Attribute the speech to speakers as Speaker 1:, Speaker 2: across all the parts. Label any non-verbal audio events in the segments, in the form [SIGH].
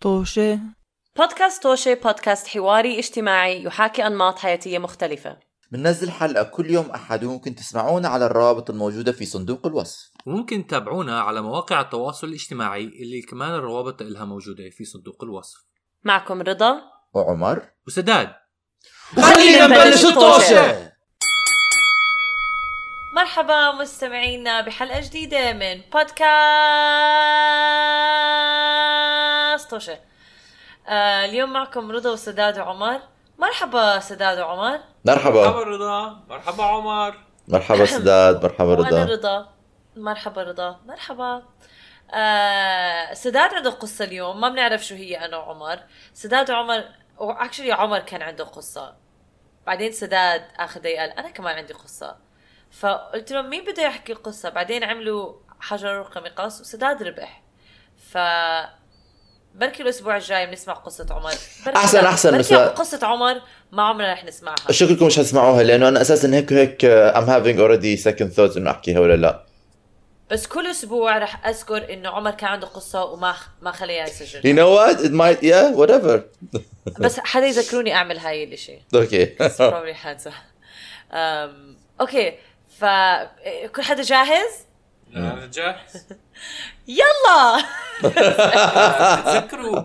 Speaker 1: طوشة
Speaker 2: بودكاست توشة بودكاست حواري اجتماعي يحاكي أنماط حياتية مختلفة
Speaker 3: بننزل حلقة كل يوم أحد وممكن تسمعونا على الروابط الموجودة في صندوق الوصف
Speaker 4: وممكن تتابعونا على مواقع التواصل الاجتماعي اللي كمان الروابط لها موجودة في صندوق الوصف
Speaker 2: معكم رضا
Speaker 3: وعمر
Speaker 4: وسداد
Speaker 2: خلينا نبلش الطوشة. مرحبا مستمعينا بحلقة جديدة من بودكاست طوشة آه اليوم معكم رضا وسداد وعمر مرحبا سداد وعمر
Speaker 3: مرحبا
Speaker 5: مرحبا رضا مرحبا عمر
Speaker 3: مرحبا سداد مرحبا
Speaker 2: وأنا
Speaker 3: رضا
Speaker 2: رضا مرحبا رضا مرحبا آه سداد عنده قصة اليوم ما بنعرف شو هي أنا وعمر سداد وعمر اكشلي عمر كان عنده قصة بعدين سداد آخر دقيقة قال أنا كمان عندي قصة فقلت لهم مين بده يحكي قصة بعدين عملوا حجر ورقة مقص وسداد ربح ف بركي الأسبوع الجاي بنسمع قصة عمر بركي
Speaker 3: أحسن-
Speaker 2: لا.
Speaker 3: أحسن
Speaker 2: بركي
Speaker 3: مساء.
Speaker 2: قصة عمر ما عمرنا رح نسمعها
Speaker 3: شكلكم مش حتسمعوها لأنه أنا أساسا هيك هيك آه، I'm having already second thoughts إنه أحكيها ولا لا
Speaker 2: بس كل اسبوع رح اذكر انه عمر كان عنده قصه وما ما خليها
Speaker 3: You
Speaker 2: يسجل
Speaker 3: know what it might yeah whatever
Speaker 2: بس حدا يذكروني اعمل هاي الاشي
Speaker 3: اوكي
Speaker 2: It's probably handsome. أم، اوكي ف إيه، كل حدا جاهز؟
Speaker 5: انا
Speaker 3: [LAUGHS]
Speaker 5: جاهز
Speaker 2: يلا
Speaker 3: [LAUGHS]
Speaker 5: تذكروا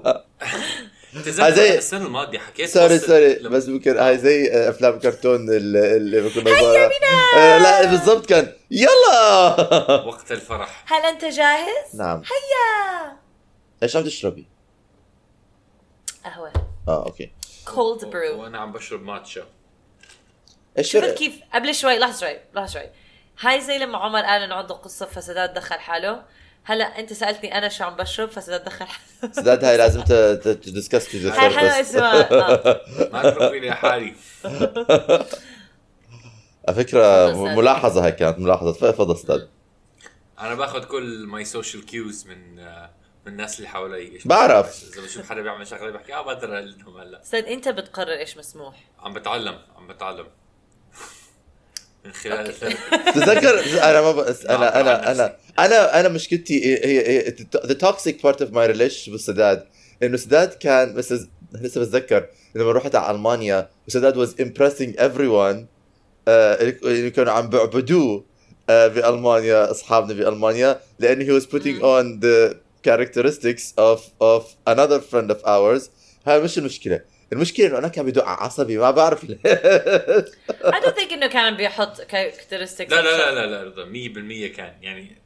Speaker 3: هذي-
Speaker 5: تذكروا السنه الماضيه حكيت
Speaker 3: سوري
Speaker 5: قصة
Speaker 3: سوري
Speaker 5: لما-
Speaker 3: بس بكر هاي زي افلام كرتون ال- اللي كنا صغار آه، لا بالضبط كان يلا [LAUGHS]
Speaker 5: وقت الفرح
Speaker 2: هل انت جاهز؟
Speaker 3: نعم
Speaker 2: يا
Speaker 3: ايش عم تشربي؟
Speaker 2: قهوه
Speaker 3: اه اوكي
Speaker 2: كولد
Speaker 5: و-
Speaker 2: برو
Speaker 5: وانا عم بشرب ماتشا
Speaker 3: ايش
Speaker 2: شفت
Speaker 3: فرق؟
Speaker 2: كيف قبل شوي لحظه شوي لحظه شوي هاي زي لما عمر قال انه عنده قصه فسداد دخل حاله هلا انت سالتني انا شو عم بشرب فسداد دخل حاله
Speaker 3: سداد هاي لازم تدسكس تو ذا
Speaker 2: هاي حلوه
Speaker 3: ثيرابيست
Speaker 2: اسمها آه.
Speaker 5: ما تفكري لحالي
Speaker 3: على فكره
Speaker 2: تفضل سداد.
Speaker 3: ملاحظه هاي كانت ملاحظه تفضل سداد
Speaker 5: انا باخذ كل ماي سوشيال كيوز من آه، من الناس اللي حوالي إيش
Speaker 3: بعرف.
Speaker 5: بس اذا بشوف حدا بيعمل شغله بحكي اه بقدر اقلدهم هلا
Speaker 2: سد انت بتقرر ايش مسموح
Speaker 5: عم بتعلم عم بتعلم من خلال
Speaker 3: تتذكر انا ما بس انا انا انا انا انا مشكلتي هي- هي ذا توكسيك بارت اوف ماي ريليشن بالسداد انه سداد كان بس لسه بتذكر لما رحت على المانيا وسداد واز امبرسينج ايفري ون آه، اللي كانوا عم بيعبدوه آه، بالمانيا اصحابنا بالمانيا لانه هي واز putting اون ذا characteristics of of another friend of ours هاي مش المشكله المشكله انه انا كان بدق على عصبي ما بعرف ليش
Speaker 2: I don't think انه كان بيحط كاركترستكس
Speaker 5: لا لا لا لا لا رضا 100% كان يعني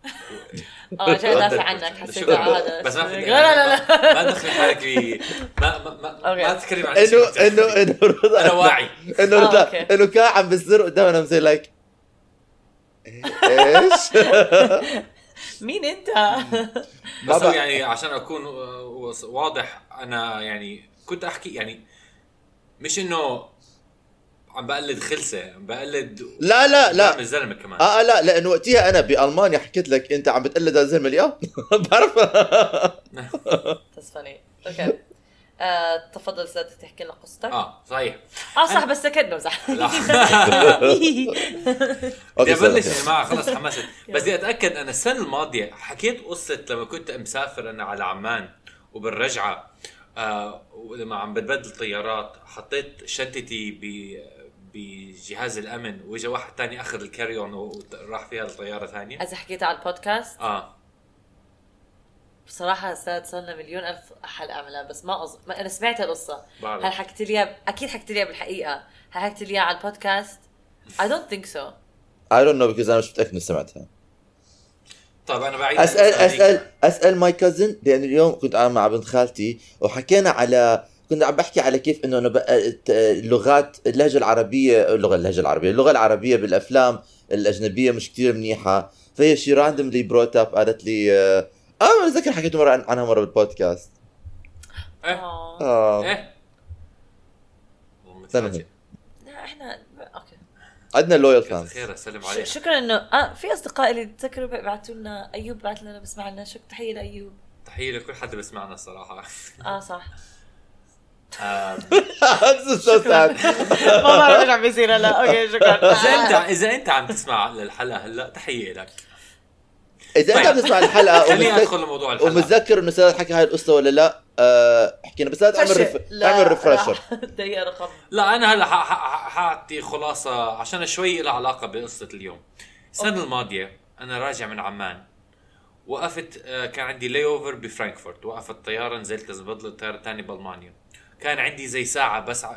Speaker 2: اه جاي دافع عنك حسيت آه، هذا
Speaker 5: بس ما في
Speaker 2: لا لا لا
Speaker 5: ما- ما تدخل حالك ب- ما ما ما,
Speaker 2: أوكي.
Speaker 5: ما تتكلم عن
Speaker 3: انه
Speaker 5: شيء
Speaker 3: انه انه رضا
Speaker 5: انا
Speaker 3: [LAUGHS]
Speaker 5: واعي
Speaker 3: انه
Speaker 2: آه،
Speaker 3: رضا
Speaker 2: أوكي.
Speaker 3: انه كان عم بيصير قدامنا زي لايك إيه،
Speaker 5: [LAUGHS]
Speaker 3: ايش؟
Speaker 2: مين انت؟
Speaker 5: Mm.
Speaker 3: ما
Speaker 5: بس
Speaker 3: بقى-
Speaker 5: أنا يعني عشان اكون و- و- واضح انا يعني كنت احكي يعني مش انه عم بقلد خلسه عم بقلد
Speaker 3: لا لا لا
Speaker 5: بعمل زلمه كمان
Speaker 3: اه آه، لا لانه وقتها انا بالمانيا حكيت لك انت عم بتقلد هذا الزلمه اللي [LAUGHS] اه بعرف
Speaker 2: That's funny اوكي آه، تفضل سداد تحكي لنا قصتك
Speaker 5: اه صحيح
Speaker 2: اه صح بس سكت بمزح [LAUGHS]
Speaker 5: لا بدي
Speaker 3: اوكي
Speaker 5: ابلش
Speaker 3: سلام.
Speaker 5: يا يعني جماعه خلص حمست بس بدي اتاكد انا السنه الماضيه حكيت قصه لما كنت مسافر انا على عمان وبالرجعه آه ولما عم بتبدل طيارات حطيت شنطتي ب بجهاز الامن واجا واحد تاني اخذ الكاري اون وراح فيها لطياره ثانيه
Speaker 2: اذا حكيت على البودكاست
Speaker 5: اه
Speaker 2: بصراحه سداد صرنا مليون الف حلقه عملها بس ما أظن ما- انا سمعت القصه
Speaker 5: بعرف.
Speaker 2: هل حكيت لي إياها- اكيد حكيت لي إياها بالحقيقه هل حكيت لي إياها على البودكاست؟ I don't think so
Speaker 3: I don't know because انا مش متاكد اني سمعتها
Speaker 5: طيب انا بعيد
Speaker 3: اسال
Speaker 5: القصة هذيك.
Speaker 3: اسال اسال ماي كازن لان اليوم كنت انا مع بنت خالتي وحكينا على كنت عم بحكي على كيف انه انا بقى ت- اللغات اللهجه العربيه اللغه اللهجه العربيه اللغه العربيه بالافلام الاجنبيه مش كثير منيحه فهي شي راندملي بروت اب قالت لي اه آه، بتذكر حكيت مره عن- عنها مره بالبودكاست
Speaker 5: إيه،
Speaker 2: اه
Speaker 3: اه
Speaker 5: ايه والله
Speaker 3: استنى.
Speaker 5: متفاجئ.
Speaker 2: لا احنا اوكي
Speaker 3: عندنا لويال
Speaker 5: كتر
Speaker 3: فانز [LAUGHS]
Speaker 5: خيرها سلم
Speaker 2: ش-
Speaker 5: عليها
Speaker 2: شكرا انه اه في اصدقاء اللي تذكروا بعثوا لنا ايوب بعث لنا بسمع لنا شكرا تحيه لايوب
Speaker 5: تحيه لكل حدا بيسمعنا الصراحه
Speaker 2: اه صح
Speaker 5: آم،
Speaker 2: ما بعرف ايش عم بيصير هلا اوكي شكرا [LAUGHS]
Speaker 5: اذا انت اذا انت عم تسمع للحلقه هلا تحيه لك
Speaker 3: اذا انت
Speaker 5: طيب.
Speaker 3: عم تسمع الحلقه
Speaker 5: خليني
Speaker 3: ومتذكر-
Speaker 5: ادخل لموضوع الحلقه
Speaker 3: ومتذكر انه سداد حكى هاي القصه ولا لا آه، حكينا بس لا تعمل
Speaker 2: فرشة.
Speaker 3: ريف... اعمل ريفرشر
Speaker 2: [LAUGHS] لا، دقيقة رقم
Speaker 5: لا انا هلا ح- ح- حاعطي خلاصه عشان شوي لها علاقه بقصه اليوم السنه الماضيه انا راجع من عمان وقفت آه، كان عندي لي اوفر بفرانكفورت وقفت الطياره نزلت لازم بدل الطياره الثانيه بالمانيا كان عندي زي ساعه بس ع-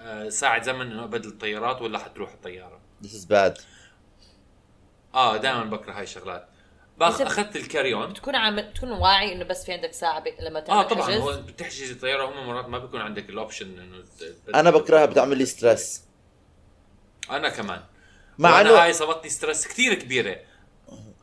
Speaker 5: آه، ساعه زمن انه ابدل الطيارات ولا حتروح الطياره
Speaker 3: This is bad
Speaker 5: اه دائما بكره هاي الشغلات باخ
Speaker 2: بس-
Speaker 5: اخذت الكاري اون
Speaker 2: تكون عم تكون واعي انه بس في عندك ساعة بي... لما تعمل
Speaker 5: اه طبعا
Speaker 2: حجز.
Speaker 5: هو بتحجز الطياره هم مرات ما بيكون عندك الاوبشن انه ت-
Speaker 3: انا بكرهها بتعمل لي ستريس
Speaker 5: انا كمان
Speaker 3: مع
Speaker 5: مع انه
Speaker 3: انه
Speaker 5: هاي صابتني ستريس كثير كبيره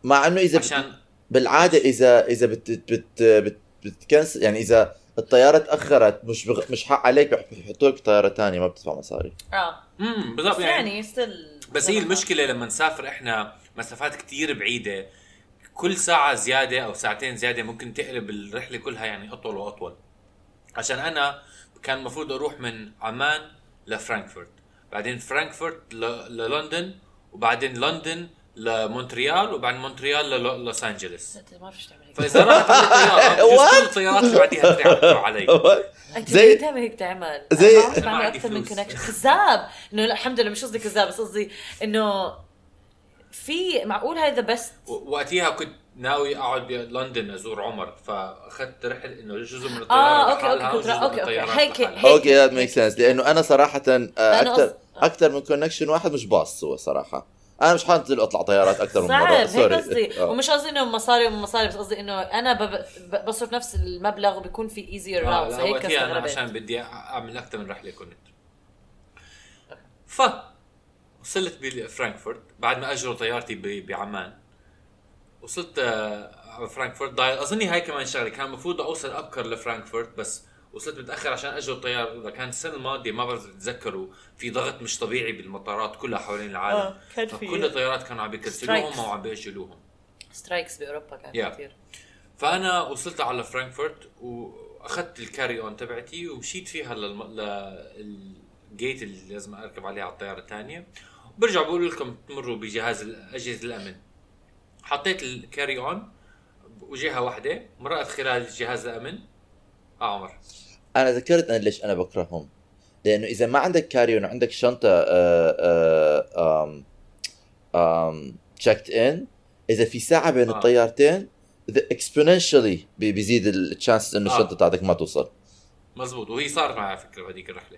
Speaker 3: مع انه اذا بت...
Speaker 5: عشان
Speaker 3: بالعاده اذا اذا بت بت بت بتكنسل يعني اذا الطياره تاخرت مش بغ... مش حق عليك بح- بيحطوا لك طياره ثانيه ما بتدفع مصاري
Speaker 2: اه
Speaker 5: امم
Speaker 2: بس
Speaker 5: بالضبط يعني
Speaker 2: يعني ستيل
Speaker 5: بس هي المشكله لما نسافر احنا مسافات كثير بعيده كل ساعه زياده او ساعتين زياده ممكن تقلب الرحله كلها يعني اطول واطول عشان انا كان المفروض اروح من عمان لفرانكفورت بعدين فرانكفورت ل- للندن وبعدين لندن لمونتريال وبعدين مونتريال ل- لوس انجلوس
Speaker 2: انت ما فيش تعمل هيك
Speaker 5: فاذا راحت الطيارات بجوز كل
Speaker 3: What؟
Speaker 5: الطيارات اللي بعديها تريعوا
Speaker 3: [LAUGHS]
Speaker 5: علي
Speaker 2: انت
Speaker 3: زي-
Speaker 2: زي دائما هيك تعمل
Speaker 3: زي-
Speaker 2: انا بعرف
Speaker 5: [LAUGHS] أنا ما
Speaker 2: بعمل
Speaker 5: عندي
Speaker 2: اكثر من
Speaker 5: فلوس.
Speaker 2: كونكشن كذاب انه لا، الحمد لله مش قصدي كذاب بس قصدي انه في معقول هاي ذا بيست
Speaker 5: و- وقتها كنت ناوي اقعد بلندن ازور عمر فاخذت رحل انه جزء من الطياره
Speaker 2: اه اوكي
Speaker 5: لحالها
Speaker 2: اوكي كنت
Speaker 5: وجزء من
Speaker 2: اوكي اوكي
Speaker 5: الطيارات
Speaker 2: هيك
Speaker 5: لحالها.
Speaker 2: هيك
Speaker 3: اوكي ذات ميك سنس لانه انا صراحه اكثر
Speaker 2: قصد-
Speaker 3: اكثر آه، من كونكشن واحد مش باص هو صراحه انا مش حنزل اطلع طيارات اكثر من آه.
Speaker 2: صعب
Speaker 3: مره
Speaker 2: هيك
Speaker 3: سوري [LAUGHS]
Speaker 2: قصدي ومش قصدي انه مصاري ومصاري بس قصدي انه انا بب- ب- بصرف نفس المبلغ وبيكون في ايزير
Speaker 5: آه،
Speaker 2: راوت
Speaker 5: لا
Speaker 2: فهيك
Speaker 5: وقتها انا عشان
Speaker 2: استغربت
Speaker 5: بدي اعمل اكثر من رحله كنت ف وصلت بفرانكفورت بعد ما اجروا طيارتي ب- بعمان وصلت آه، على فرانكفورت ضايع اظني هاي كمان شغله كان المفروض اوصل ابكر لفرانكفورت بس وصلت متاخر عشان اجروا الطياره الاولى كان السنه الماضيه ما بعرف تتذكروا في ضغط مش طبيعي بالمطارات كلها حوالين العالم
Speaker 2: آه، كان في-
Speaker 5: فكل الطيارات كانوا عم بيكنسلوهم
Speaker 2: Strikes.
Speaker 5: او عم بيأجلوهم
Speaker 2: سترايكس باوروبا كان
Speaker 3: [LAUGHS]
Speaker 5: Yeah.
Speaker 2: كثير
Speaker 5: فانا وصلت على فرانكفورت واخذت الكاري اون تبعتي ومشيت فيها للم... للجيت اللي لازم اركب عليها على الطياره الثانيه وبرجع بقول لكم تمروا بجهاز ال- اجهزه الامن حطيت الكاري اون وجهه واحده مرقت خلال جهاز الامن اه عمر
Speaker 3: انا ذكرت انا ليش انا بكرههم لانه اذا ما عندك كاريون وعندك شنطه آه، آه، آم، آم، checked ان اذا في ساعه بين
Speaker 5: آه.
Speaker 3: الطيارتين the- exponentially بي- بيزيد الشانس انه
Speaker 5: آه.
Speaker 3: الشنطه تاعتك ما توصل
Speaker 5: مزبوط وهي صارت معي على فكره بهذيك الرحله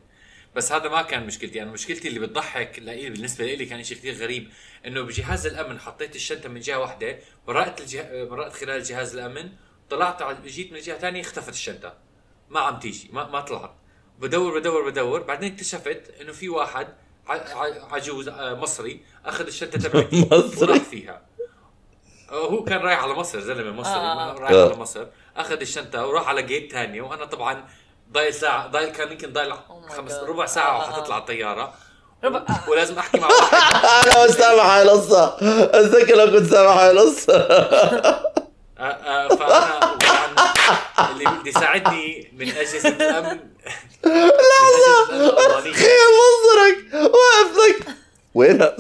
Speaker 5: بس هذا ما كان مشكلتي انا مشكلتي اللي بتضحك لإلي بالنسبه لإلي كان شيء كثير غريب انه بجهاز الامن حطيت الشنطه من جهه واحده مرقت الجه... مرقت خلال جهاز الامن طلعت على جيت من جهه ثانيه اختفت الشنطه ما عم تيجي ما, ما طلعت بدور بدور بدور بعدين اكتشفت انه في واحد ع... ع... عجوز آه، مصري اخذ الشنطه تبعتي
Speaker 3: مصري.
Speaker 5: وراح فيها آه، هو كان رايح على مصر زلمه مصري
Speaker 2: آه.
Speaker 5: رايح
Speaker 3: آه.
Speaker 5: على مصر اخذ الشنطه وراح على جيت ثانيه وانا طبعا ضايل ساعة ضايل كان يمكن ضايل
Speaker 2: Oh my
Speaker 5: خمس
Speaker 2: God.
Speaker 5: ربع ساعة
Speaker 2: آه.
Speaker 5: وحتطلع الطيارة
Speaker 2: ربع-
Speaker 5: و- ولازم احكي مع واحد
Speaker 3: انا مش سامع هاي القصه اتذكر لو كنت سامع هاي القصه
Speaker 5: آه، آه، فانا وطبعاً اللي بدي يساعدني من اجهزة الامن لا
Speaker 3: تخيل منظرك واقف لك وينها؟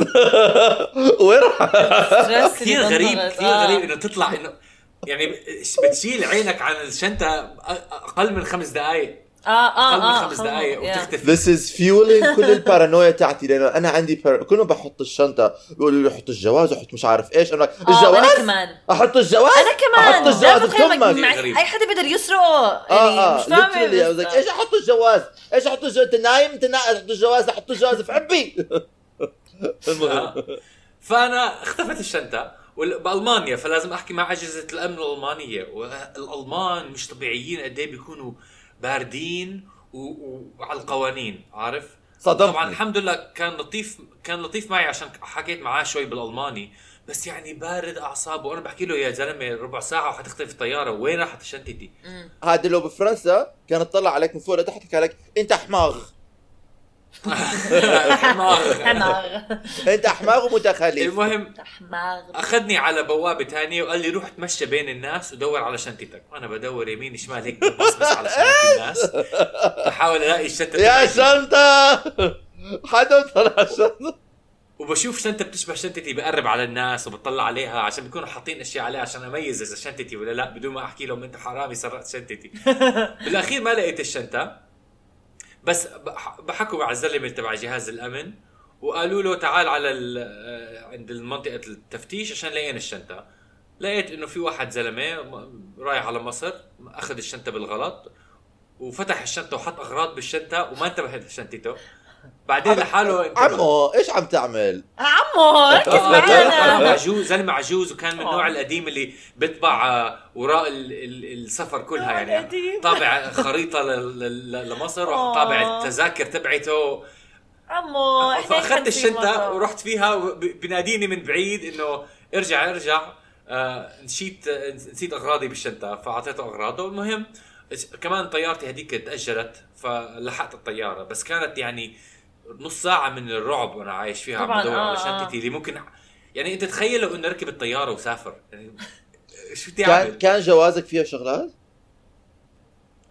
Speaker 3: [LAUGHS] وينها؟
Speaker 2: Stress
Speaker 5: كثير
Speaker 2: اللي
Speaker 5: غريب
Speaker 2: بنضغط.
Speaker 5: كثير
Speaker 2: آه.
Speaker 5: غريب انه تطلع انه يعني بتشيل عينك عن الشنطة أ- اقل من خمس دقائق
Speaker 2: اه اه
Speaker 5: اقل
Speaker 2: اه
Speaker 5: من خمس
Speaker 2: خلص.
Speaker 5: دقائق
Speaker 2: Yeah.
Speaker 5: وتختفي
Speaker 3: This is fueling كل البارانويا تاعتي لانه انا عندي بار... كل ما بحط الشنطه بيقولوا لي حط الجواز وحط مش عارف ايش انا
Speaker 2: آه، وأنا
Speaker 3: الجواز
Speaker 2: كمان
Speaker 3: احط الجواز
Speaker 2: انا كمان
Speaker 3: احط
Speaker 2: لا
Speaker 3: الجواز
Speaker 2: بتخيل
Speaker 3: بتمك
Speaker 2: مع-
Speaker 5: غريب.
Speaker 2: اي حدا بيقدر يسرقه يعني
Speaker 3: اه اه
Speaker 2: مش فاهمه
Speaker 3: literally. I was like،
Speaker 2: بس-
Speaker 3: ايش احط الجواز؟ ايش احط الجواز؟ انت نايم انت نايم احط الجواز احط الجواز في عبي
Speaker 5: آه. فانا اختفت الشنطه وال- بالمانيا فلازم احكي مع اجهزه الامن الالمانيه والالمان مش طبيعيين قد ايه بيكونوا باردين و- و- وعلى القوانين عارف
Speaker 3: صدمتني.
Speaker 5: طبعا الحمد لله كان لطيف كان لطيف معي عشان حكيت معاه شوي بالالماني بس يعني بارد اعصابه وانا بحكي له يا زلمه ربع ساعه وحتختفي الطياره وين راحت شنطتي [LAUGHS]
Speaker 3: هذا لو بفرنسا كان اطلع عليك من فوق لتحت حكى لك انت حماغ [LAUGHS]
Speaker 5: حمار.
Speaker 2: [LAUGHS] حماغ
Speaker 3: انت حماغ ومتخلف
Speaker 5: [LAUGHS] المهم
Speaker 2: حماغ
Speaker 5: اخذني على بوابه تانية وقال لي روح تمشى بين الناس ودور على شنطتك وانا بدور يمين شمال هيك ببصبص على شنطه الناس بحاول الاقي الشنطه
Speaker 3: يا [LAUGHS]
Speaker 5: تبعتي.
Speaker 3: شنطة حدا طلع شنطة
Speaker 5: وبشوف شنطه بتشبه شنطتي بقرب على الناس وبطلع عليها عشان بيكونوا حاطين اشياء عليها عشان اميز اذا شنطتي ولا لا بدون ما احكي لهم انت حرامي سرقت شنطتي بالاخير ما لقيت الشنطه بس بح- بحكوا مع الزلمه تبع جهاز الامن وقالوا له تعال على ال- آه، عند منطقه التفتيش عشان لقينا الشنطه لقيت انه في واحد زلمه م- رايح على مصر اخذ الشنطه بالغلط وفتح الشنطه وحط اغراض بالشنطه وما انتبه لشنطته بعدين لحاله انتبه.
Speaker 3: عمو ايش عم تعمل؟
Speaker 2: عمو ركز
Speaker 5: أه،
Speaker 2: معنا
Speaker 5: عجوز زلمه عجوز وكان من النوع القديم اللي بيطبع آه، وراء ال- ال- السفر كلها يعني
Speaker 2: القديم.
Speaker 5: طابع خريطه ل- ل- ل- لمصر
Speaker 2: آه.
Speaker 5: وطابع التذاكر تبعته [LAUGHS]
Speaker 2: عمو إحنا
Speaker 5: فاخذت
Speaker 2: نحن في
Speaker 5: الشنطه
Speaker 2: مرة.
Speaker 5: ورحت فيها وب- بناديني من بعيد انه ارجع ارجع آه، نسيت آه، نسيت اغراضي بالشنطه فاعطيته اغراضه المهم إس- كمان طيارتي هذيك تاجلت فلحقت الطياره بس كانت يعني نص ساعه من الرعب وانا عايش فيها عم
Speaker 2: طبعاً،
Speaker 5: بدور على
Speaker 2: آه، آه.
Speaker 5: شنطتي اللي ممكن يعني انت تخيل لو انه ركب الطياره وسافر يعني شو بدي
Speaker 3: كان
Speaker 5: اعمل؟
Speaker 3: كان جوازك فيها شغلات؟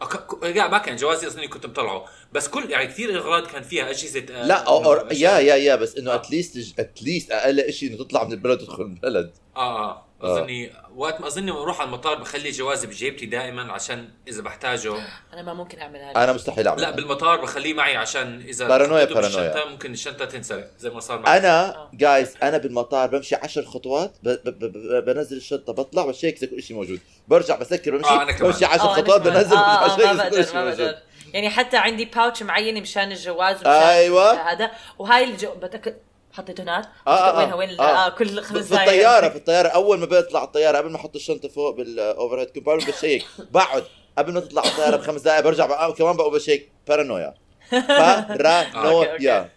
Speaker 5: أك- ك- لا ما كان جوازي اصلا كنت مطلعه بس كل يعني كثير اغراض كان فيها اجهزه آه،
Speaker 3: لا أو أو
Speaker 5: إنه
Speaker 3: يا
Speaker 5: أشياء.
Speaker 3: يا يا بس انه اتليست اتليست اقل شيء انه تطلع من البلد وتدخل البلد
Speaker 5: اه
Speaker 3: آه.
Speaker 5: اه اظني وقت ما اظني بروح على المطار بخلي جوازي بجيبتي دائما عشان اذا بحتاجه
Speaker 2: انا ما ممكن اعمل هذا
Speaker 3: انا مستحيل اعمل
Speaker 5: لا بالمطار بخليه معي عشان اذا
Speaker 3: بارانويا،
Speaker 5: حطيته بالشنطة
Speaker 3: بارانويا.
Speaker 5: ممكن الشنطه تنسرق زي ما صار معي
Speaker 3: انا
Speaker 2: آه.
Speaker 3: جايز انا بالمطار بمشي عشر خطوات ب... ب... ب... ب... بنزل الشنطه بطلع بشيك إذا كل شيء موجود برجع بسكر بمشي
Speaker 5: آه، أنا كمان.
Speaker 3: بمشي عشر
Speaker 2: آه، أنا
Speaker 3: خطوات
Speaker 2: كمان.
Speaker 3: بنزل
Speaker 2: آه،
Speaker 3: برجع
Speaker 2: آه،
Speaker 3: بشيك
Speaker 2: ما
Speaker 3: إذا كل
Speaker 2: بقدر
Speaker 3: شيء
Speaker 2: ما
Speaker 3: موجود
Speaker 2: بقدر يعني حتى عندي باوتش معين مشان الجواز ومشان
Speaker 3: أيوة.
Speaker 2: هذا وهاي الجو بدك حطيته هناك
Speaker 3: آه، آه،
Speaker 2: وينها وين
Speaker 3: آه.
Speaker 2: لا، آه كل
Speaker 3: في
Speaker 2: خمس دقائق
Speaker 3: الطياره في الطياره اول ما بطلع الطياره قبل ما احط الشنطه فوق بالاوفر هيد كومباوند بشيك بقعد قبل ما تطلع الطياره بخمس دقائق برجع بقى آه، كمان بقوم بشيك بارانويا
Speaker 2: [LAUGHS]
Speaker 5: آه،
Speaker 3: بارانويا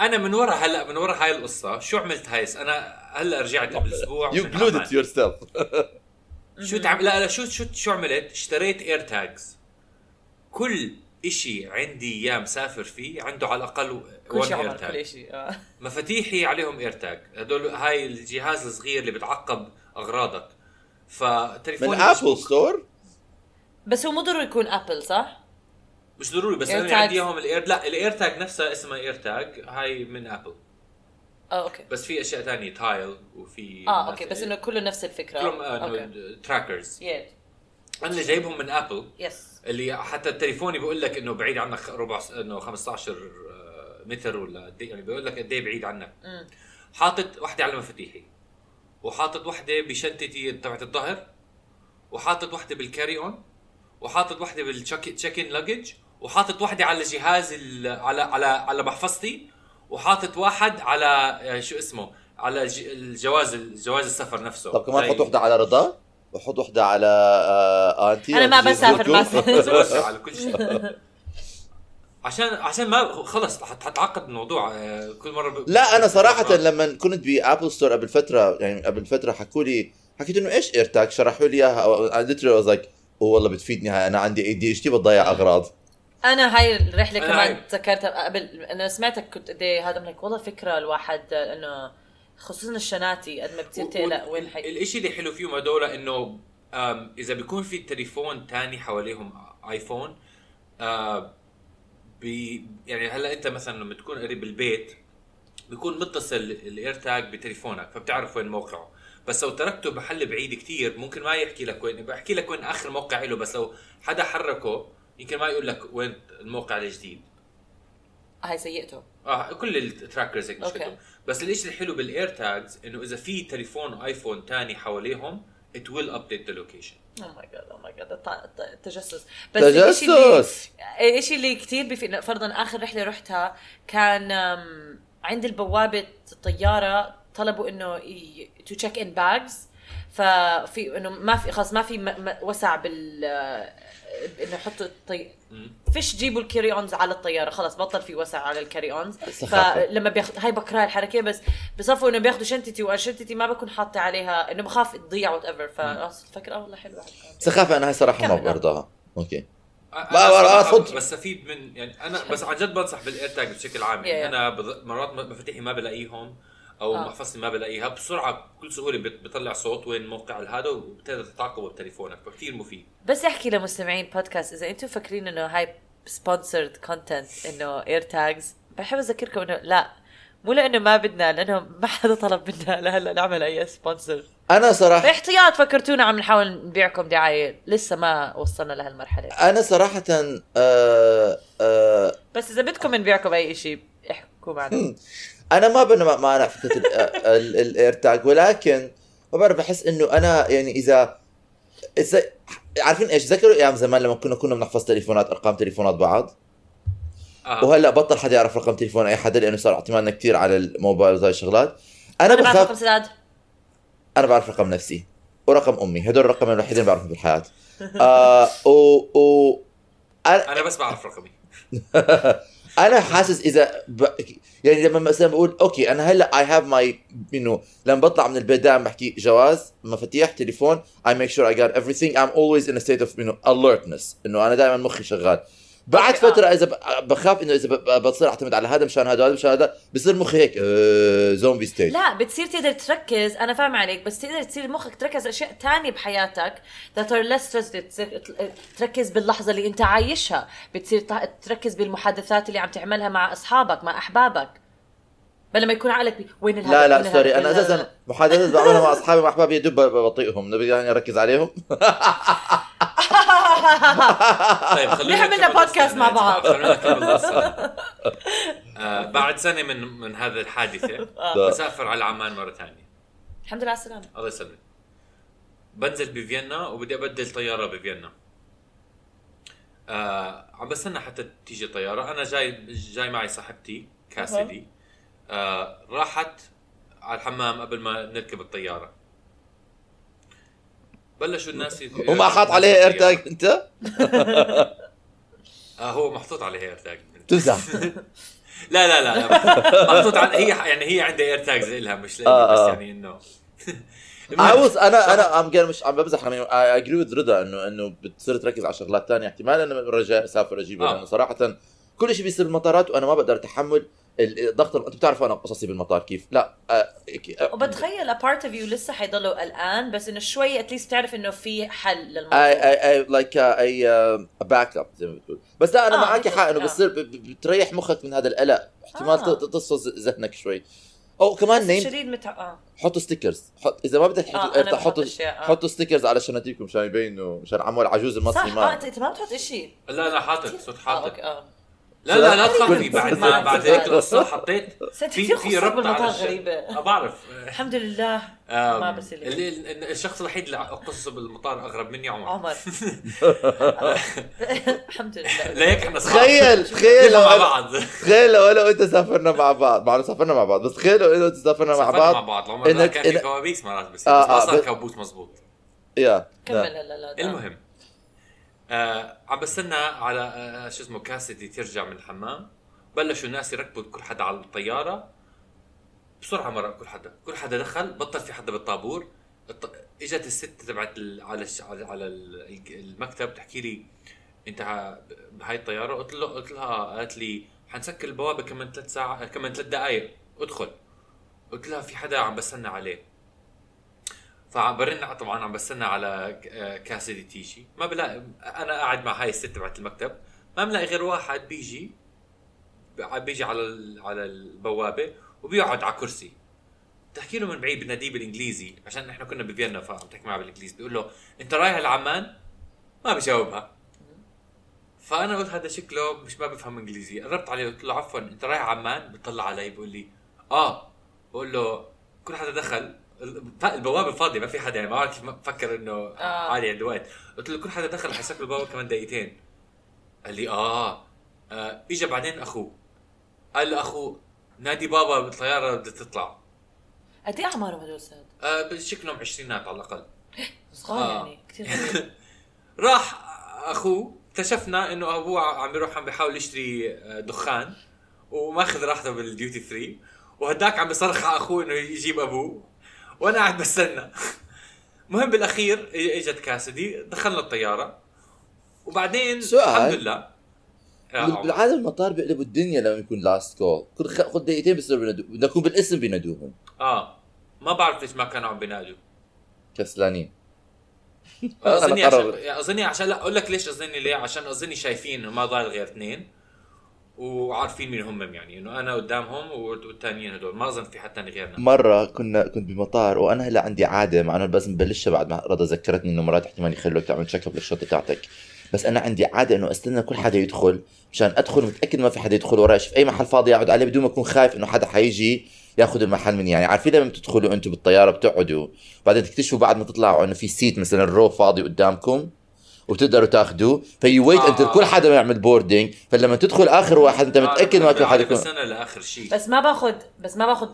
Speaker 5: انا من ورا هلا من ورا هاي القصه شو عملت هايس انا هلا رجعت قبل اسبوع
Speaker 3: يو
Speaker 5: من
Speaker 3: جلود
Speaker 5: عمان.
Speaker 3: ات يور سيلف
Speaker 5: شو تعم... لا لا شو شو شو عملت؟ اشتريت اير تاجز كل اشي عندي اياه مسافر فيه عنده على الاقل
Speaker 2: كل
Speaker 5: 1
Speaker 2: شيء
Speaker 5: اير
Speaker 2: عمر
Speaker 5: تاج
Speaker 2: كل شيء آه.
Speaker 5: مفاتيحي عليهم ايرتاج هدول هاي الجهاز الصغير اللي بتعقب اغراضك فتليفوني
Speaker 3: من ابل
Speaker 5: مسبوك.
Speaker 3: ستور
Speaker 2: بس هو مو ضروري يكون ابل صح؟
Speaker 5: مش ضروري بس
Speaker 2: AirTags.
Speaker 5: انا عندي اياهم الاير لا الايرتاج نفسها اسمها ايرتاج هاي من ابل
Speaker 2: اه اوكي
Speaker 5: بس في اشياء تانية تايل وفي
Speaker 2: اه اوكي بس انه كله نفس الفكره اوكي
Speaker 5: كلهم آه، تراكرز
Speaker 2: يس
Speaker 5: انا اللي جايبهم من ابل
Speaker 2: يس
Speaker 5: اللي حتى تليفوني بيقول لك انه بعيد عنك ربع س- انه 15 متر ولا قد إيه، يعني بيقول لك قد ايه بعيد عنك
Speaker 2: أمم.
Speaker 5: حاطط وحده على مفاتيحي وحاطط وحده بشنطتي تبعت الظهر وحاطط وحده بالكاري اون وحاطط وحده بالتشيك ان لجج وحاطط وحده على جهاز ال- على على على محفظتي وحاطط واحد على آه، شو اسمه على ج- الجواز الجواز السفر نفسه
Speaker 3: طب كمان
Speaker 5: زي-
Speaker 2: طيب.
Speaker 3: حط وحده على رضا وحط وحده على آه، انتي
Speaker 2: أنا ما
Speaker 3: أو
Speaker 2: بسافر، ما
Speaker 3: زوجته.
Speaker 5: [LAUGHS]
Speaker 2: بسافر.
Speaker 5: توسع على كل شيء عشان عشان ما خلص حت- حتعقد الموضوع آه، كل مره ب...
Speaker 3: لا انا صراحه لما كنت بابل ستور قبل فتره يعني قبل فتره حكوا لي حكيت انه ايش ايرتاج شرحوا لي اياها ليترلي واز لايك والله بتفيدني هاي انا عندي اي دي اتش دي بتضيع
Speaker 2: آه.
Speaker 3: اغراض
Speaker 2: انا هاي الرحله
Speaker 5: أنا
Speaker 2: كمان
Speaker 5: هاي-
Speaker 2: تذكرتها قبل انا سمعتك كنت قد إيه هذا منك والله فكره الواحد انه خصوصا الشناتي قد ما بتصير تقلق وين حي
Speaker 5: الشيء اللي حلو فيهم هدول انه آم، اذا بيكون في تليفون تاني حواليهم ايفون آه، بي يعني هلا انت مثلا لما تكون قريب البيت بيكون متصل الاير تاج بتليفونك فبتعرف وين موقعه بس لو تركته بحل بعيد كتير ممكن ما يحكي لك وين بحكي لك وين اخر موقع له بس لو حدا حركه يمكن ما يقول لك وين الموقع الجديد
Speaker 2: هاي سيئته
Speaker 5: اه كل التراكرز هيك مشكلتهم
Speaker 2: أوكي.
Speaker 5: بس الشيء الحلو بالاير تاجز انه اذا في تليفون ايفون تاني حواليهم it will update the location
Speaker 2: او ماي جاد او ماي جاد التجسس بس الإشي اللي-
Speaker 3: تجسس
Speaker 2: الشيء اللي كثير بفي فرضا اخر رحله رحتها كان أم، عند البوابه الطياره طلبوا انه تو تشيك ان باجز ففي انه ما في خلاص ما في م- م- وسع بال انه يحطوا الطي...
Speaker 5: مم.
Speaker 2: فيش جيبوا الكاري اونز على الطياره خلاص بطل في وسع على الكاري اونز
Speaker 3: سخافة.
Speaker 2: فلما بياخذ هاي بكره الحركه بس بصفوا انه بياخذوا شنطتي وانا شنطتي ما بكون حاطه عليها انه بخاف تضيع وات ايفر ففكر اه والله حلوه
Speaker 3: سخافه انا هاي صراحه ما
Speaker 2: كمل.
Speaker 3: برضاها اوكي ما-
Speaker 5: أنا
Speaker 3: ما- ما-
Speaker 5: صراحة
Speaker 3: فض-
Speaker 5: بستفيد من يعني انا بس عن جد بنصح بالاير تاج بشكل عام يعني
Speaker 2: Yeah, yeah.
Speaker 5: انا بض- مرات م- مفاتيحي ما بلاقيهم او
Speaker 2: آه.
Speaker 5: محفظتي ما بلاقيها بسرعه بكل سهوله بت- بطلع صوت وين موقع هذا وبتقدر تتعاقبه بتليفونك فكتير مفيد
Speaker 2: بس احكي لمستمعين بودكاست اذا انتم فاكرين انه هاي سبونسرد كونتنت انه اير تاجز بحب اذكركم انه لا مو لانه ما بدنا لانه ما حدا طلب منا لهلا نعمل اي سبونسر
Speaker 3: انا صراحه
Speaker 2: باحتياط فكرتونا عم نحاول نبيعكم دعايه لسه ما وصلنا لهالمرحله
Speaker 3: انا صراحه آه آه
Speaker 2: بس اذا بدكم نبيعكم اي شيء احكوا معنا
Speaker 3: انا ما بنا مانع فكره ال- [LAUGHS] ال- الاير تاج ولكن ما بعرف بحس انه انا يعني اذا إذا عارفين ايش ذكروا ايام زمان لما كنا كنا بنحفظ تليفونات ارقام تليفونات بعض
Speaker 5: آه.
Speaker 3: وهلا بطل حدا يعرف رقم تليفون اي حدا لانه صار اعتمادنا كثير على الموبايل وهاي الشغلات انا
Speaker 2: انا بعرف رقم
Speaker 3: بخاف
Speaker 2: سداد
Speaker 3: انا بعرف رقم نفسي ورقم امي هدول الرقمين الوحيدين اللي بعرفهم بالحياه آه و و أنا-
Speaker 5: انا بس بعرف رقمي
Speaker 3: انا حاسس اذا ب... يعني لما مثلا بقول اوكي انا هلا اي هاف ماي انه لما بطلع من البيت دائما بحكي جواز مفاتيح تليفون اي ميك شور اي جات everything I'm always in a state of انه alertness انه انا دائما مخي شغال بعد
Speaker 2: أوكي، آه.
Speaker 3: فتره اذا ب- بخاف انه اذا ب- بصير اعتمد على هذا مشان هذا وهذا مشان هذا بصير مخي هيك آه، زومبي ستيج
Speaker 2: لا بتصير تقدر تركز انا فاهم عليك بس تقدر تصير مخك تركز اشياء تانية بحياتك that are less stressed تصير تركز باللحظه اللي انت عايشها بتصير ت- تركز بالمحادثات اللي عم تعملها مع اصحابك مع احبابك بل لما يكون عقلك بي... وين الهدف
Speaker 3: لا
Speaker 2: وين
Speaker 3: لا
Speaker 2: الهدف؟
Speaker 3: سوري
Speaker 2: وين
Speaker 3: انا
Speaker 2: الهدف؟
Speaker 3: اساسا محادثات بعملها مع اصحابي مع احبابي يدب بطيئهم نبي يعني اركز عليهم
Speaker 5: طيب خلونا
Speaker 2: نعمل لنا
Speaker 5: نكمل
Speaker 2: بودكاست
Speaker 5: قصتنا
Speaker 2: مع
Speaker 5: يا جماعة،
Speaker 2: بعض.
Speaker 5: خلونا نكمل قصتنا. آه، بعد سنه من من هذه
Speaker 2: [LAUGHS]
Speaker 5: الحادثه
Speaker 2: آه.
Speaker 5: بسافر على عمان مره ثانيه
Speaker 2: الحمد لله على السلامه
Speaker 5: الله يسلمك بنزل بفيينا وبدي ابدل طياره بفيينا آه عم بستنى حتى تيجي طياره انا جاي جاي معي صاحبتي كاسدي آه راحت على الحمام قبل ما نركب الطياره بلشوا الناس يت-
Speaker 3: وما حاط عليها اير تاج انت
Speaker 5: آه هو محطوط عليها اير تاج
Speaker 3: تمزح
Speaker 5: لا لا لا, لا. محطوط على هي يعني هي عندها اير تاجز لها مش لإلي
Speaker 3: آه،
Speaker 5: بس
Speaker 3: آه.
Speaker 5: يعني [LAUGHS] انه
Speaker 3: I was انا انا ام جاي مش عم بمزح انا اجري وذ رضا انه انه بتصير تركز على شغلات ثانيه احتمال انه الرجاء اسافر اجيبه
Speaker 5: آه.
Speaker 3: لانه صراحه كل شيء بيصير بالمطارات وانا ما بقدر اتحمل ال- الضغط الم- انت بتعرفوا انا قصصي بالمطار كيف لا آه، ك- آه،
Speaker 2: وبتخيل a part of you لسه حيضلوا قلقان بس انه شوي اتليست بتعرف انه في حل للموضوع
Speaker 3: اي اي اي لايك اي باك اب uh, زي ما بتقول بس لا انا
Speaker 2: آه،
Speaker 3: معك حق انه
Speaker 2: آه.
Speaker 3: بتصير ب- ب- بتريح مخك من هذا القلق احتمال
Speaker 2: آه.
Speaker 3: ت- تصفز ذهنك شوي او كمان نيم
Speaker 2: شديد متع... اه
Speaker 3: حطوا ستيكرز حط اذا ما بدك
Speaker 2: آه، أنا
Speaker 3: تحطوا
Speaker 2: بحط
Speaker 3: حطوا
Speaker 2: أشياء، آه.
Speaker 3: حطوا ستيكرز على شناتيركم مشان يبينوا مشان عمو العجوز
Speaker 2: صح
Speaker 3: المصري
Speaker 2: اه
Speaker 3: ما
Speaker 2: انت انت ما بتحط اشي
Speaker 5: لا لا حاطط صوت
Speaker 2: اه
Speaker 5: حاطط
Speaker 2: اوكي اه
Speaker 5: لا لا لا
Speaker 3: [LAUGHS]
Speaker 5: تخافي بعد ما
Speaker 2: صدق.
Speaker 5: بعد [LAUGHS] هيك القصه حطيت
Speaker 2: صدق
Speaker 5: في
Speaker 2: كثير
Speaker 5: في
Speaker 2: قصص
Speaker 5: ربط
Speaker 2: بالمطار
Speaker 5: على الشيء.
Speaker 2: غريبة.
Speaker 5: ما [LAUGHS] بعرف
Speaker 2: الحمد لله
Speaker 5: آم،
Speaker 2: ما بصير لي.
Speaker 5: اللي- ال- الشخص الوحيد اللي قصصه بالمطار اغرب مني عمر
Speaker 2: عمر الحمد لله
Speaker 5: لهيك احنا صحاب. [LAUGHS]
Speaker 3: تخيل تخيل لو
Speaker 5: مع
Speaker 3: أنا-
Speaker 5: بعض [LAUGHS]
Speaker 3: تخيل لو انا وانت سافرنا مع بعض مع إنه سافرنا مع بعض بس تخيل لو انا وانت سافرنا مع
Speaker 5: سافرنا مع
Speaker 3: بعض
Speaker 5: بعض عمر ما
Speaker 3: إنك-
Speaker 5: كان في
Speaker 3: إنك-
Speaker 5: كوابيس مرات بس
Speaker 3: آه،
Speaker 5: بس ما
Speaker 3: آه،
Speaker 5: صار
Speaker 3: بس-
Speaker 5: كابوس مزبوط
Speaker 3: يا
Speaker 2: كمل
Speaker 3: لا.
Speaker 2: لا لا لا
Speaker 5: المهم آه عم بستنى على آه شو اسمه كاسدي ترجع من الحمام بلشوا الناس يركبوا كل حدا على الطياره بسرعه مرة كل حدا كل حدا دخل بطل في حدا بالطابور الط... اجت الست تبعت ال... على الش... على على ال- المكتب بتحكي لي انت ع- بهاي الطياره قلت له قلت لها قالت لي حنسكر البوابه كمان ثلاث ساعه كمان ثلاث دقائق ادخل قلت لها في حدا عم بستنى عليه فعم برن ع- طبعا عم بستنى على ك- آه، كاسدي تيجي ما بلاقي انا قاعد مع هاي الست تبعت المكتب ما بلاقي غير واحد بيجي ب- بيجي على ال- على البوابه وبيقعد على كرسي بتحكي له من بعيد بناديه بالانجليزي عشان احنا كنا بفيينا فعم تحكي معه بالانجليزي بيقول له انت رايح لعمان ما بجاوبها فانا قلت هذا شكله مش ما بفهم انجليزي قربت عليه قلت له عفوا انت رايح عمان بيطلع علي بيقول لي اه بقول له كل حدا دخل الب- البوابه فاضيه ما في حدا يعني ما بعرف كيف ما بفكر انه
Speaker 2: آه.
Speaker 5: عادي عنده وقت قلت له كل حدا دخل حيسكروا البوابه كمان دقيقتين قال لي اه, آه. اجى بعدين اخوه قال لاخوه نادي بابا بالطياره بدها تطلع
Speaker 2: قد ايه اعمارهم هدول ساد؟
Speaker 5: آه شكلهم عشرينات على الاقل
Speaker 2: صغار
Speaker 5: آه.
Speaker 2: يعني كثير غريب.
Speaker 5: راح اخوه اكتشفنا انه ابوه عم بيروح عم بيحاول يشتري آه، دخان وماخذ راحته بالديوتي فري وهداك عم بيصرخ على اخوه انه يجيب ابوه وانا قاعد بستنى مهم بالاخير إج- اجت كاسدي دخلنا الطياره وبعدين
Speaker 3: سؤال.
Speaker 5: الحمد لله آه،
Speaker 3: بال- بالعاده المطار بيقلبوا الدنيا لما يكون لاست كول كل خ- خد دقيقتين بصير بينادوا بدنا نكون بالاسم بينادوهم
Speaker 5: اه ما بعرف ليش ما كانوا عم بينادوا
Speaker 3: كسلانين أنا
Speaker 5: اظني آه، عشان
Speaker 3: قرب.
Speaker 5: اظني عشان لا اقول لك ليش اظني ليه عشان اظني شايفين ما ضايل غير اثنين وعارفين مين هم يعني انه انا قدامهم والثانيين هدول ما اظن في حد ثاني غيرنا
Speaker 3: مره كنا كنت بمطار وانا هلا عندي عاده مع انه بس مبلشها بعد ما رضا ذكرتني انه مرات احتمال يخلوك تعمل تشيك اب للشنطه تاعتك بس انا عندي عاده انه استنى كل حدا يدخل مشان ادخل متاكد ما في حدا يدخل وراي شوف اي محل فاضي اقعد عليه بدون ما اكون خايف انه حدا حيجي ياخذ المحل مني يعني عارفين لما بتدخلوا انتم بالطياره بتقعدوا بعدين تكتشفوا بعد ما تطلعوا انه في سيت مثلا رو فاضي قدامكم وبتقدروا تاخذوه فيو ويت
Speaker 5: آه.
Speaker 3: انت كل حدا ما يعمل بوردنج فلما تدخل اخر واحد انت متاكد ما في حدا يكون
Speaker 5: بس انا لاخر شيء
Speaker 2: بس ما باخذ بس ما باخذ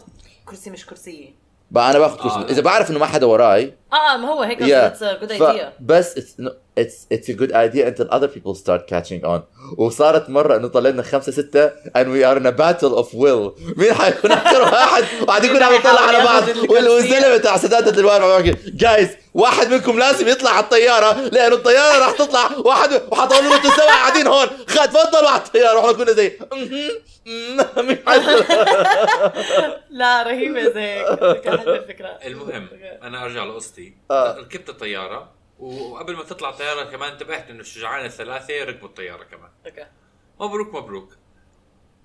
Speaker 2: كرسي مش كرسية
Speaker 3: بقى انا باخذ كرسي
Speaker 5: آه.
Speaker 3: اذا بعرف انه ما حدا وراي
Speaker 2: اه ما هو هيك
Speaker 3: Yeah.
Speaker 2: اتس جود
Speaker 3: ف-
Speaker 2: ايديا
Speaker 3: بس it's, no, it's, it's a good idea until other people start catching on وصارت مرة انه طلعنا خمسة ستة and we are in a battle of will مين حيكون اكثر واحد وقاعد يكون عم يطلع على بعض
Speaker 2: ياخذ
Speaker 3: وال-
Speaker 2: الكرسي.
Speaker 3: والزلمة تاع سدادة الوارع عم يحكي جايز واحد منكم لازم يطلع على الطيارة لأنه الطيارة راح تطلع واحد وحطولوا له انتوا سوا قاعدين هون خد تفضلوا على الطيارة واحنا كنا زي "مهم، [LAUGHS] مين
Speaker 5: [LAUGHS]
Speaker 3: حيطلع؟"
Speaker 2: لا رهيبة زيك كان [LAUGHS] حلوة الفكرة
Speaker 5: المهم انا ارجع لقصتي
Speaker 3: آه.
Speaker 5: ركبت الطياره وقبل ما تطلع الطياره كمان انتبهت انه الشجعان الثلاثه ركبوا الطياره كمان
Speaker 2: اوكي
Speaker 5: مبروك مبروك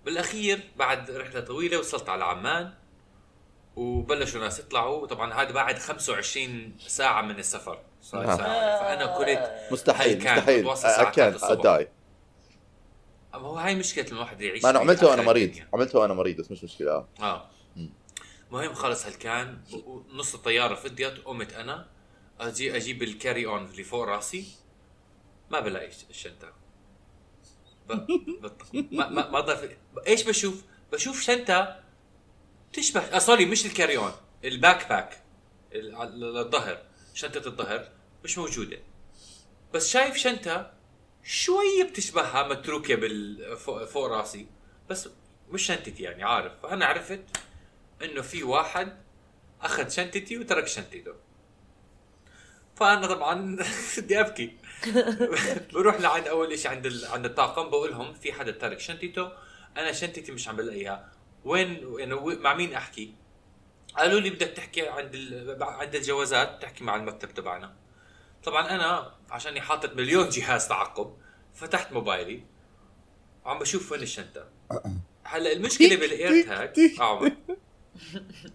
Speaker 5: بالاخير بعد رحله طويله وصلت على عمان وبلشوا ناس يطلعوا وطبعا هذا بعد 25 ساعه من السفر صار
Speaker 3: آه.
Speaker 5: ساعة. فانا كلت
Speaker 3: مستحيل
Speaker 5: I can't.
Speaker 3: مستحيل
Speaker 5: بتوصل
Speaker 3: I
Speaker 5: ساعة
Speaker 3: can't
Speaker 5: الصبح.
Speaker 3: I die
Speaker 5: أما هو هاي مشكله لما الواحد يعيش
Speaker 3: ما انا
Speaker 5: في
Speaker 3: عملته وانا
Speaker 5: آخر
Speaker 3: مريض
Speaker 5: الدنيا.
Speaker 3: عملته وانا مريض بس مش مشكلة آه.
Speaker 5: اه مهم خلص هالكان نص الطياره فضيت قمت انا اجي اجيب الكاري اون اللي فوق راسي ما بلاقي الشنطه ب... بط... ما ما ما ضل في... ايش بشوف؟ بشوف شنطه تشبه آه سوري مش الكاري اون الباك باك ال- على- للظهر شنطه الظهر مش موجوده بس شايف شنطه شوي بتشبهها متروكه بال فوق, فوق راسي بس مش شنطتي يعني عارف فانا عرفت انه في واحد اخذ شنطتي وترك شنطته فانا طبعا [LAUGHS] بدي ابكي بروح لعند اول شيء عند ال... عند الطاقم بقول لهم في حدا ترك شنطته انا شنطتي مش عم بلاقيها وين يعني و- مع مين احكي قالوا لي بدك تحكي عند ال... عند الجوازات تحكي مع المكتب تبعنا طبعا انا عشان حاطط مليون جهاز تعقب فتحت موبايلي وعم بشوف وين الشنطه هلا المشكله بالايرتاج هاك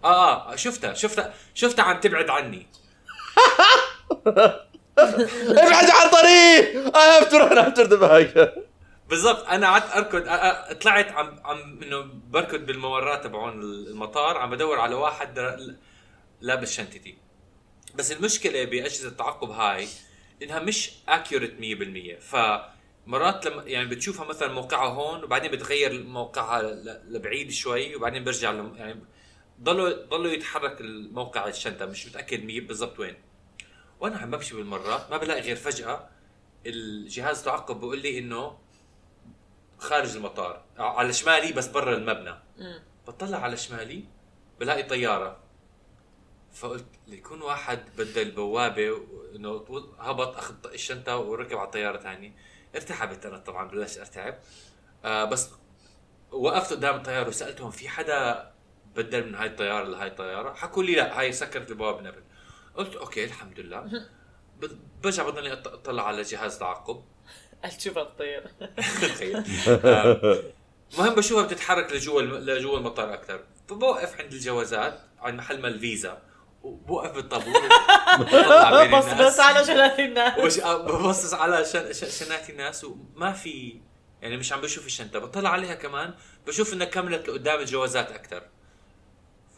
Speaker 5: اه اه شفتها شفتها شفتها عم تبعد عني
Speaker 3: ابعد عن طريق اي هاف تو رن افتر ذا باك
Speaker 5: بالضبط انا قعدت اركض أ- أ- طلعت عم عم انه بركض بالممرات تبعون المطار عم بدور على واحد ر- لابس شنطتي بس المشكله باجهزه التعقب هاي انها مش اكيوريت 100% فمرات لما يعني بتشوفها مثلا موقعها هون وبعدين بتغير موقعها ل- لبعيد شوي وبعدين برجع لم- يعني ضلوا ضلوا يتحرك الموقع الشنطه مش متاكد مية بالضبط وين وانا عم بمشي بالمرات ما بلاقي غير فجاه الجهاز تعقب بيقول لي انه خارج المطار على شمالي بس برا المبنى
Speaker 2: مم.
Speaker 5: بطلع على شمالي بلاقي طياره فقلت ليكون واحد بده البوابه و- انه طو- هبط اخذ الشنطه وركب على طياره ثانيه ارتحبت انا طبعا بلشت ارتعب آه بس وقفت قدام الطياره وسالتهم في حدا بدل من هاي الطياره لهاي الطياره حكوا لي لا هاي سكرت البوابه من قبل قلت اوكي الحمد لله ب- برجع بضلني أط- اطلع على جهاز تعقب
Speaker 2: قال شو
Speaker 5: [LAUGHS]
Speaker 2: بتطير
Speaker 5: تخيل. آه، المهم بشوفها بتتحرك لجوا الم- لجوا المطار اكثر فبوقف عند الجوازات عند محل ما الفيزا وبوقف بالطابور وبطلع بين
Speaker 2: بس بس
Speaker 5: الناس
Speaker 2: على جلال الناس
Speaker 5: وبش- ببصص على شن- ش- شنات الناس وما في يعني مش عم بشوف الشنطه بطلع عليها كمان بشوف انها كملت لقدام الجوازات اكثر